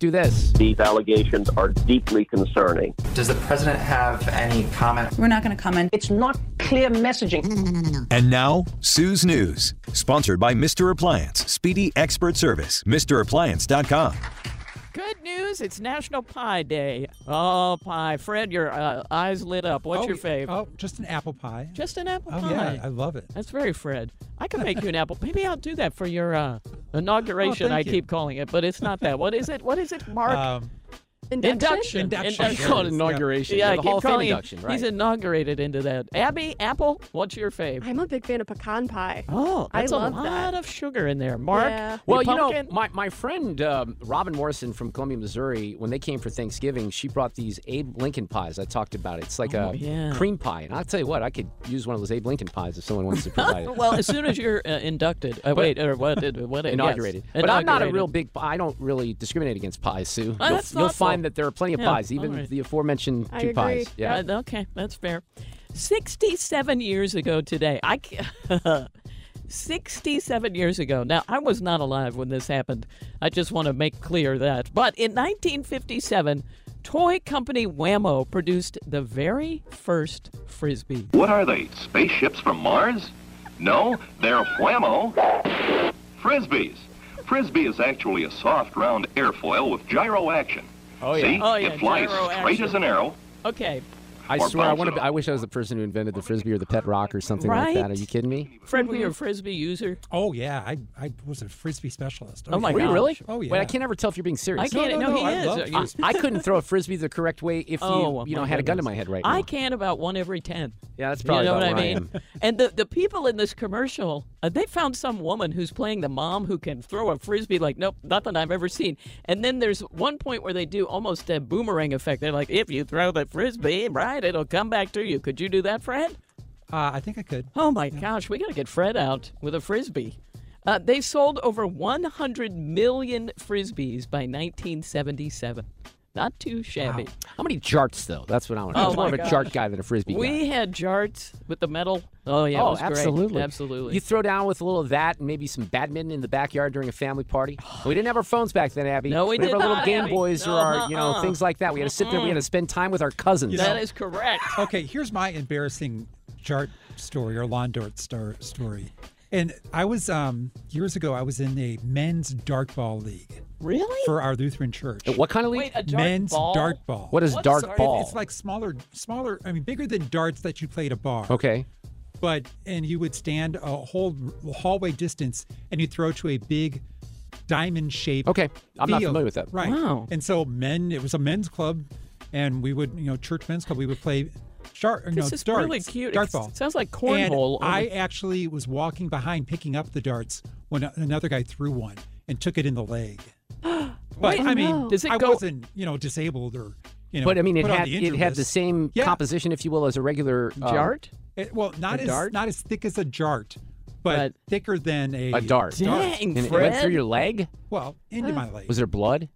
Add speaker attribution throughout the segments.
Speaker 1: Do this.
Speaker 2: These allegations are deeply concerning.
Speaker 3: Does the president have any comment?
Speaker 4: We're not going to comment.
Speaker 5: It's not clear messaging. No, no, no, no, no.
Speaker 6: And now, Sue's News, sponsored by Mr. Appliance, speedy expert service, MrAppliance.com.
Speaker 7: Good news, it's National Pie Day. Oh, pie. Fred, your uh, eyes lit up. What's
Speaker 8: oh,
Speaker 7: your favorite?
Speaker 8: Oh, just an apple pie.
Speaker 7: Just an apple
Speaker 8: oh,
Speaker 7: pie.
Speaker 8: Yeah, I love it.
Speaker 7: That's very Fred. I could make you an apple. Maybe I'll do that for your uh, inauguration,
Speaker 8: oh,
Speaker 7: I
Speaker 8: you.
Speaker 7: keep calling it, but it's not that. What is it? What is it, Mark? Um,
Speaker 9: Induction.
Speaker 7: Induction.
Speaker 8: Induction.
Speaker 9: It's called inauguration.
Speaker 7: Yeah,
Speaker 9: Yeah,
Speaker 7: I
Speaker 9: the
Speaker 7: keep
Speaker 9: Hall of Fame
Speaker 7: calling him-
Speaker 9: induction, right?
Speaker 7: He's inaugurated into that. Abby, Apple, what's your fave?
Speaker 10: I'm a big fan of pecan pie.
Speaker 7: Oh,
Speaker 10: I
Speaker 7: that's
Speaker 10: love
Speaker 7: a lot
Speaker 10: that.
Speaker 7: of sugar in there. Mark,
Speaker 10: Yeah.
Speaker 7: your
Speaker 9: well, you know,
Speaker 7: pumpkin?
Speaker 9: my, my friend um, Robin Morrison from Columbia, Missouri, when they came for Thanksgiving, she brought these Abe Lincoln pies. I talked about it. It's like
Speaker 7: Oh,
Speaker 9: a
Speaker 7: yeah.
Speaker 9: cream pie. And I'll tell you what, I could use one of those Abe Lincoln pies if someone wants to provide it.
Speaker 7: well, as soon as you're uh, inducted, uh, wait, or what? Did, what uh, yes,
Speaker 9: inaugurated. But I'm not a
Speaker 7: inaugurated.
Speaker 9: real big pie. I don't really discriminate against pies, Sue.
Speaker 7: Oh,
Speaker 9: you'll
Speaker 7: that's
Speaker 9: you'll
Speaker 7: thoughtful.
Speaker 9: find that there are plenty of
Speaker 7: Yeah,
Speaker 9: pies,
Speaker 7: all
Speaker 9: even
Speaker 7: right.
Speaker 9: the aforementioned
Speaker 10: I
Speaker 9: two
Speaker 10: agree.
Speaker 9: pies. Yeah.
Speaker 7: Uh, okay, that's fair. 67 years ago today, I. ca- 67 years ago. Now, I was not alive when this happened. I just want to make clear that. But in 1957, toy company Whammo produced the very first frisbee.
Speaker 11: What are they? Spaceships from Mars? No, they're whammo. Frisbees. Frisbee is actually a soft, round airfoil with gyro action.
Speaker 9: Oh, yeah.
Speaker 11: See,
Speaker 7: Oh, yeah,
Speaker 11: it flies
Speaker 7: gyro
Speaker 11: straight
Speaker 7: action.
Speaker 11: as an arrow.
Speaker 7: Okay,
Speaker 9: I
Speaker 11: Or
Speaker 9: swear, I
Speaker 11: bounce
Speaker 9: want
Speaker 11: it
Speaker 9: to. Be,
Speaker 11: off.
Speaker 9: I wish I was the person who invented the frisbee or the pet rock or something like that. Are
Speaker 7: Right?
Speaker 9: you kidding me?
Speaker 7: Fred, were you
Speaker 9: Mm-hmm.
Speaker 7: a frisbee user?
Speaker 8: Oh, yeah. I, I was a frisbee specialist.
Speaker 7: Oh, my
Speaker 8: yeah.
Speaker 9: Were you
Speaker 7: gosh.
Speaker 9: really?
Speaker 8: Oh, yeah.
Speaker 9: Wait, I can't ever tell if you're being serious.
Speaker 7: I can't.
Speaker 8: no,
Speaker 7: he
Speaker 8: no, I
Speaker 7: is.
Speaker 8: love
Speaker 7: Are you-
Speaker 9: I, I couldn't throw a frisbee the correct way if you,
Speaker 7: Oh,
Speaker 9: you know,
Speaker 7: my
Speaker 9: had a gun to
Speaker 7: goodness.
Speaker 9: my head right now.
Speaker 7: I can about one every ten.
Speaker 9: Yeah, that's probably
Speaker 7: you know
Speaker 9: about
Speaker 7: what
Speaker 9: where
Speaker 7: I
Speaker 9: I
Speaker 7: mean.
Speaker 9: am.
Speaker 7: and the the people in this commercial, uh, they found some woman who's playing the mom who can throw a frisbee like nope, nothing I've ever seen. And then there's one point where they do almost a boomerang effect. They're like, if you throw the frisbee right, it'll come back to you. Could you do that, Fred?
Speaker 8: Uh, I think I could.
Speaker 7: Oh my gosh, we got to get Fred out with a frisbee. Uh, they sold over 100 million frisbees by 1977. Not too shabby.
Speaker 9: How many jarts though? That's what I want. to
Speaker 7: Oh,
Speaker 9: know. I was more
Speaker 7: my
Speaker 9: of a
Speaker 7: gosh.
Speaker 9: jart guy than a frisbee guy.
Speaker 7: We had jarts with the metal. Oh yeah, it
Speaker 9: oh,
Speaker 7: was great.
Speaker 9: absolutely,
Speaker 7: absolutely.
Speaker 9: You throw down with a little of that and maybe some badminton in the backyard during a family party. We didn't have our phones back then, Abby.
Speaker 7: No, we
Speaker 9: didn't.
Speaker 7: did
Speaker 9: Our little
Speaker 7: not,
Speaker 9: Game
Speaker 7: Abby.
Speaker 9: Boys or
Speaker 7: Uh-uh.
Speaker 9: our, you know, things like that. We had to sit there. We had to spend time with our cousins.
Speaker 7: that is correct.
Speaker 8: Okay, here's my embarrassing chart story or lawn dart star story. And I was, um years ago, I was in a men's dartball league
Speaker 7: Really?
Speaker 8: for our Lutheran church.
Speaker 9: What kind of
Speaker 7: Wait,
Speaker 9: league?
Speaker 7: a dart
Speaker 8: men's
Speaker 7: ball?
Speaker 8: dartball.
Speaker 9: What is
Speaker 7: What's
Speaker 9: dart
Speaker 7: our-
Speaker 9: ball?
Speaker 8: It's like smaller, smaller, I mean, bigger than darts that you play at a bar.
Speaker 9: okay.
Speaker 8: but and you would stand a whole hallway distance and you throw to a big diamond shape.
Speaker 9: Okay. I'm not familiar with that.
Speaker 8: Right.
Speaker 7: Wow.
Speaker 8: And so men, it was a men's club, and we would you know church men's club. We would play. Dart, you know,
Speaker 7: This is
Speaker 8: darts,
Speaker 7: really cute.
Speaker 8: Dart
Speaker 7: It
Speaker 8: ball.
Speaker 7: sounds like
Speaker 8: And
Speaker 7: cornhole on
Speaker 8: I
Speaker 7: the-
Speaker 8: actually was walking behind, picking up the darts when a- another guy threw one and took it in the leg. But
Speaker 7: Wait,
Speaker 8: I mean,
Speaker 7: no. Does it
Speaker 8: I
Speaker 7: go-
Speaker 8: wasn't, you know, disabled or, you know.
Speaker 9: But I mean, it
Speaker 8: put on
Speaker 9: had
Speaker 8: the
Speaker 9: it
Speaker 8: injury
Speaker 9: had the
Speaker 8: list.
Speaker 9: same
Speaker 8: Yeah.
Speaker 9: composition, if you will, as a regular um,
Speaker 7: Jart?
Speaker 8: It, well, not
Speaker 7: A
Speaker 8: as
Speaker 7: dart?
Speaker 8: not as thick as a jart, but,
Speaker 7: But-
Speaker 8: thicker than a
Speaker 9: a dart.
Speaker 7: Dang,
Speaker 9: And it went through
Speaker 7: Fred.
Speaker 9: your leg.
Speaker 8: Well, into my leg.
Speaker 9: Was there blood?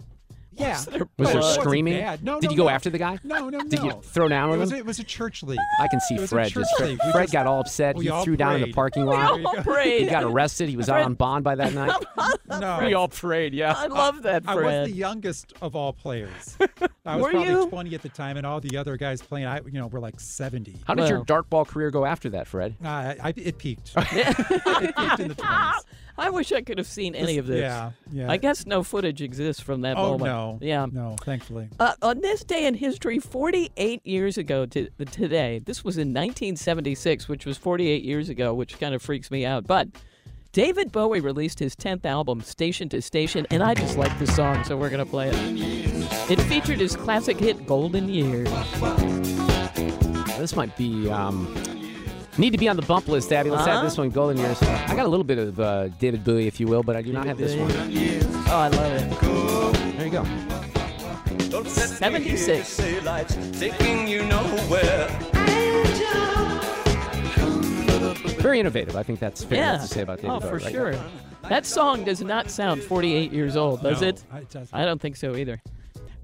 Speaker 8: yeah.
Speaker 9: Was
Speaker 8: But
Speaker 9: there
Speaker 8: it wasn't
Speaker 9: screaming?
Speaker 8: bad. No,
Speaker 9: Did
Speaker 8: no,
Speaker 9: you go
Speaker 8: no.
Speaker 9: after the guy?
Speaker 8: No, no, no.
Speaker 9: Did you throw down
Speaker 8: it
Speaker 9: with
Speaker 8: was,
Speaker 9: him?
Speaker 8: It was a church league.
Speaker 9: I can see
Speaker 8: It was a
Speaker 9: Fred.
Speaker 8: church
Speaker 9: Just Fred,
Speaker 8: league. We
Speaker 9: Fred
Speaker 8: just-
Speaker 9: got all upset.
Speaker 8: we
Speaker 9: He
Speaker 8: all
Speaker 9: threw down in the
Speaker 8: prayed.
Speaker 9: parking
Speaker 7: We
Speaker 9: lot.
Speaker 7: all prayed.
Speaker 9: He got arrested. He was out on bond by that night.
Speaker 8: No,
Speaker 9: all prayed. Yeah.
Speaker 7: I love that,
Speaker 8: I was
Speaker 7: Fred.
Speaker 8: the youngest of all players. I was
Speaker 7: Were
Speaker 8: probably
Speaker 7: you?
Speaker 8: 20 at the time, and all the other guys playing, I you know, were like 70.
Speaker 9: How did your dartball career go after that, Fred?
Speaker 8: Uh, I, it peaked.
Speaker 7: I wish I could have seen any of this.
Speaker 8: Yeah, yeah.
Speaker 7: I guess no footage exists from that
Speaker 8: oh
Speaker 7: moment.
Speaker 8: no.
Speaker 7: Yeah.
Speaker 8: No, thankfully.
Speaker 7: Uh, on this day in history, 48 years ago to today, this was in 1976, which was 48 years ago, which kind of freaks me out. But David Bowie released his 10th album, Station to Station, and I just like this song, so we're going to play it. It featured his classic hit, Golden Years. Oh,
Speaker 9: This might be um, need to be on the bump list, Abby. Let's
Speaker 7: Uh-huh.
Speaker 9: have this one, Golden Years. I got a little bit of uh, David Bowie, if you will, but I do not have this one.
Speaker 7: Oh, I love it.
Speaker 9: There you go.
Speaker 7: 76.
Speaker 12: Taking you nowhere.
Speaker 9: Very innovative. I think that's fair
Speaker 7: yeah.
Speaker 9: to say about David
Speaker 7: oh,
Speaker 9: Bowie.
Speaker 7: for
Speaker 9: right?
Speaker 7: sure. That song does not sound 48 years old, does
Speaker 9: No,
Speaker 7: it?
Speaker 9: it doesn't.
Speaker 7: I don't think so either.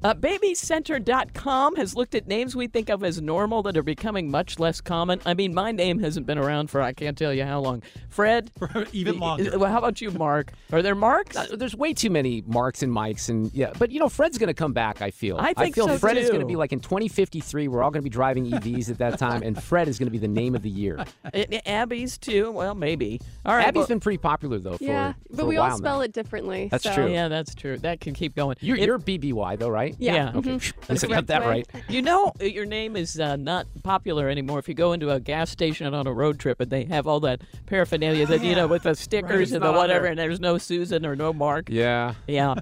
Speaker 7: Uh, BabyCenter.com has looked at names we think of as normal that are becoming much less common. I mean, my name hasn't been around for I can't tell you how long. Fred?
Speaker 8: Even longer.
Speaker 7: Well, how about you, Mark? Are there marks?
Speaker 9: Uh, There's way too many marks and mics, and yeah, but you know, Fred's going to come back. I feel.
Speaker 7: I think
Speaker 9: feel
Speaker 7: so,
Speaker 9: Fred is
Speaker 7: too.
Speaker 9: going to be like in 2053. We're all going to be driving EVs at that time, and Fred is going to be the name of the year.
Speaker 7: Uh, Abby's too. Well, maybe. All right.
Speaker 9: Abby's
Speaker 7: well-
Speaker 9: been pretty popular though. For,
Speaker 1: yeah, but
Speaker 9: for
Speaker 1: we
Speaker 9: a while
Speaker 1: all spell
Speaker 9: now.
Speaker 1: it differently.
Speaker 9: That's
Speaker 1: so.
Speaker 9: true.
Speaker 7: oh, Yeah, that's true. That can keep going.
Speaker 9: You're,
Speaker 7: It-
Speaker 9: you're BBY though, right?
Speaker 1: Yeah.
Speaker 9: Okay.
Speaker 1: Mhm.
Speaker 9: I
Speaker 1: The
Speaker 9: got
Speaker 1: correct
Speaker 9: that
Speaker 1: way.
Speaker 9: right.
Speaker 7: You know, uh, your name is uh, not popular anymore. If you go into a gas station on a road trip and they have all that paraphernalia that, you know, with the stickers
Speaker 9: It's
Speaker 7: and the
Speaker 9: not on
Speaker 7: whatever,
Speaker 9: there.
Speaker 7: and there's no Susan or no Mark.
Speaker 9: Yeah.
Speaker 7: Yeah.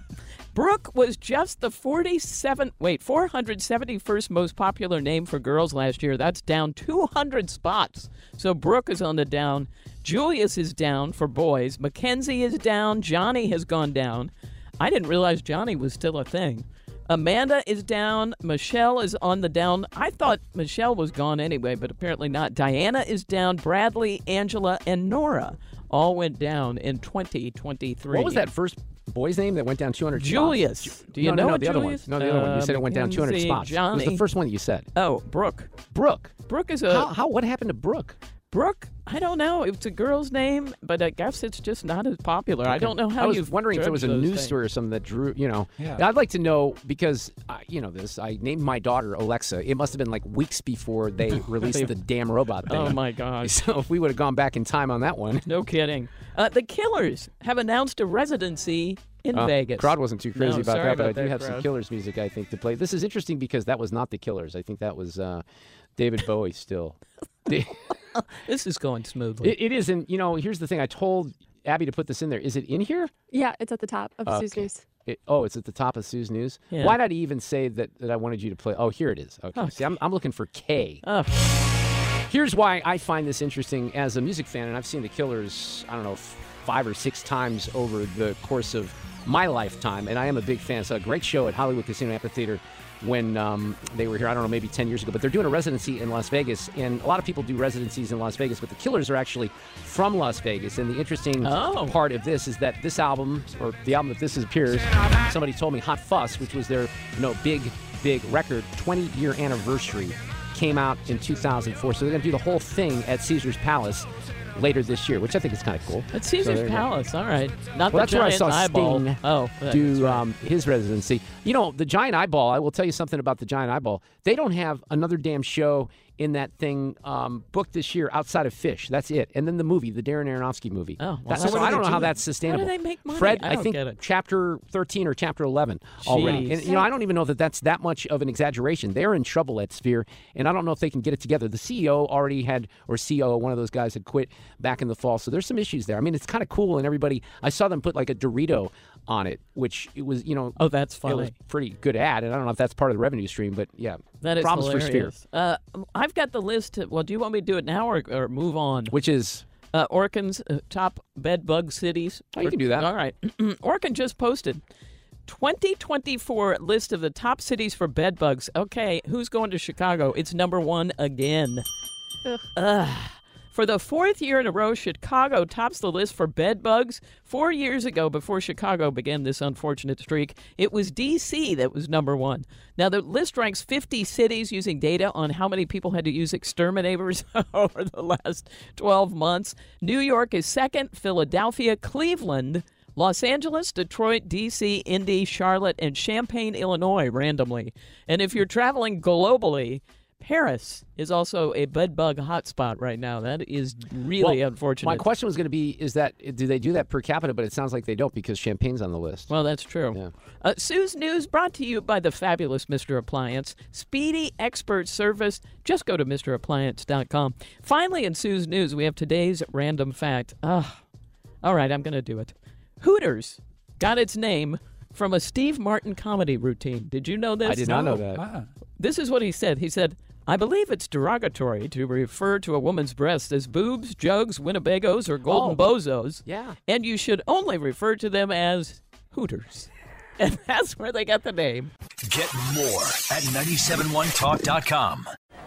Speaker 7: Brooke was just the 47 wait, 471st most popular name for girls last year. That's down 200 spots. So Brooke is on the down. Julius is down for boys. Mackenzie is down. Johnny has gone down. I didn't realize Johnny was still a thing. Amanda is down. Michelle is on the down. I thought Michelle was gone anyway, but apparently not. Diana is down. Bradley, Angela, and Nora all went down in 2023.
Speaker 9: What was that first boy's name that went down 200? spots?
Speaker 7: Julius.
Speaker 9: Ju-
Speaker 7: Do you
Speaker 9: no,
Speaker 7: know
Speaker 9: no, no,
Speaker 7: what
Speaker 9: the
Speaker 7: Julius-
Speaker 9: other one? No, the other one. You
Speaker 7: Uh,
Speaker 9: said it went down 200
Speaker 7: Mackenzie,
Speaker 9: spots. It was
Speaker 7: Johnny. Uh,
Speaker 9: the first one that you said.
Speaker 7: Oh, Brooke.
Speaker 9: Brooke.
Speaker 7: Brooke is a.
Speaker 9: How- how- what happened to Brooke?
Speaker 7: Brooke, I don't know. It's a girl's name, but I guess it's just not as popular. I
Speaker 9: Okay.
Speaker 7: don't know how
Speaker 9: I was
Speaker 7: you've
Speaker 9: wondering if there
Speaker 7: judged
Speaker 9: was a
Speaker 7: those
Speaker 9: news
Speaker 7: things.
Speaker 9: story or something that drew. You know,
Speaker 7: Yeah.
Speaker 9: I'd like to know because I, you know this. I named my daughter Alexa. It must have been like weeks before they released the damn robot. Thing.
Speaker 7: Oh, my gosh!
Speaker 9: So if we would have gone back in time on that one,
Speaker 7: No kidding. Uh, the Killers have announced a residency in
Speaker 9: Uh,
Speaker 7: Vegas.
Speaker 9: Crowd wasn't too crazy
Speaker 7: No,
Speaker 9: about
Speaker 7: sorry
Speaker 9: that, but I
Speaker 7: about
Speaker 9: do have some
Speaker 7: crowd.
Speaker 9: Killers music I think to play. This is interesting because that was not the Killers. I think that was uh, David Bowie still.
Speaker 7: this is going smoothly.
Speaker 9: It, it is, and you know, here's the thing. I told Abby to put this in there. Is it in here?
Speaker 1: Yeah, it's at the top of Sue's
Speaker 9: Okay.
Speaker 1: News.
Speaker 9: It, oh, it's at the top of Sue's news.
Speaker 1: Yeah.
Speaker 9: Why not even say that, that I wanted you to play? Oh, here it is. Okay. See, I'm, I'm looking for K. Here's why I find this interesting as a music fan, and I've seen the Killers, I don't know, f- five or six times over the course of my lifetime, and I am a big fan. So, a great show at Hollywood Casino Amphitheater when um, they were here, I don't know, maybe 10 years ago, but they're doing a residency in Las Vegas, and a lot of people do residencies in Las Vegas, but the Killers are actually from Las Vegas. And the interesting part of this is that this album, or the album that this appears, somebody told me Hot Fuss, which was their you know, big, big record, 20 year anniversary came out in 2004. So they're going to do the whole thing at Caesar's Palace later this year, which I think is kind of cool.
Speaker 7: At
Speaker 9: So there
Speaker 7: Caesar's
Speaker 9: you go.
Speaker 7: Palace. All right.
Speaker 9: well,
Speaker 7: Not the
Speaker 9: that's where I
Speaker 7: giant
Speaker 9: saw
Speaker 7: eyeball.
Speaker 9: Sting
Speaker 7: Oh, that's
Speaker 9: do um, his residency. You know, the giant eyeball. I will tell you something about the giant eyeball. They don't have another damn show in that thing um, booked this year outside of Fish. That's it. And then the movie, the Darren Aronofsky movie. Oh,
Speaker 7: well,
Speaker 9: so
Speaker 7: that's-
Speaker 9: I don't know
Speaker 7: How do
Speaker 9: how
Speaker 7: they
Speaker 9: that's sustainable.
Speaker 7: they make money?
Speaker 9: Fred,
Speaker 7: I
Speaker 9: I,
Speaker 7: don't
Speaker 9: think
Speaker 7: get it.
Speaker 9: chapter 13 or chapter 11 already.
Speaker 7: Jeez.
Speaker 9: And you know, I don't even know that that's that much of an exaggeration. They're in trouble at Sphere, and I don't know if they can get it together. The CEO already had, or CEO, one of those guys had quit back in the fall. So there's some issues there. I mean, it's kind of cool, and everybody. I saw them put like a Dorito on it, which it was, you know.
Speaker 7: Oh, that's
Speaker 9: It was
Speaker 7: funny.
Speaker 9: pretty good ad, and I don't know if that's part of the revenue stream, but yeah,
Speaker 7: That is
Speaker 9: problems
Speaker 7: hilarious.
Speaker 9: for Sphere.
Speaker 7: Uh, I've got the list. Well, do you want me to do it now or, or move on?
Speaker 9: Which is
Speaker 7: uh, Orkin's uh, top bed bug cities.
Speaker 9: Oh, you can do that.
Speaker 7: All right. Orkin just posted 2024 list of the top cities for bed bugs. Okay, who's going to Chicago? It's number one again. Ugh. For the fourth year in a row, Chicago tops the list for bed bugs. Four years ago, before Chicago began this unfortunate streak, it was D.C. that was number one. Now, the list ranks 50 cities using data on how many people had to use exterminators over the last 12 months. New York is second, Philadelphia, Cleveland, Los Angeles, Detroit, D.C., Indy, Charlotte, and Champaign, Illinois, randomly. And if you're traveling globally, Paris is also a bed bug hotspot right now. That is really
Speaker 9: Well,
Speaker 7: unfortunate.
Speaker 9: My question was going to be: Is that do they do that per capita? But it sounds like they don't because champagne's on the list.
Speaker 7: Well, that's true. Uh, Sue's News brought to you by the fabulous Mr. Appliance. Speedy expert service. Just go to MrAppliance.com. Finally, in Sue's News, we have today's random fact. Ah, all right, I'm going to do it. Hooters got its name from a Steve Martin comedy routine. Did you know this?
Speaker 9: I did not know that. Ah.
Speaker 7: This is what he said. He said, I believe it's derogatory to refer to a woman's breasts as boobs, jugs, Winnebagoes, or golden bozos.
Speaker 9: yeah.
Speaker 7: And you should only refer to them as Hooters. And that's where they got the name.
Speaker 1: Get more at 971talk.com.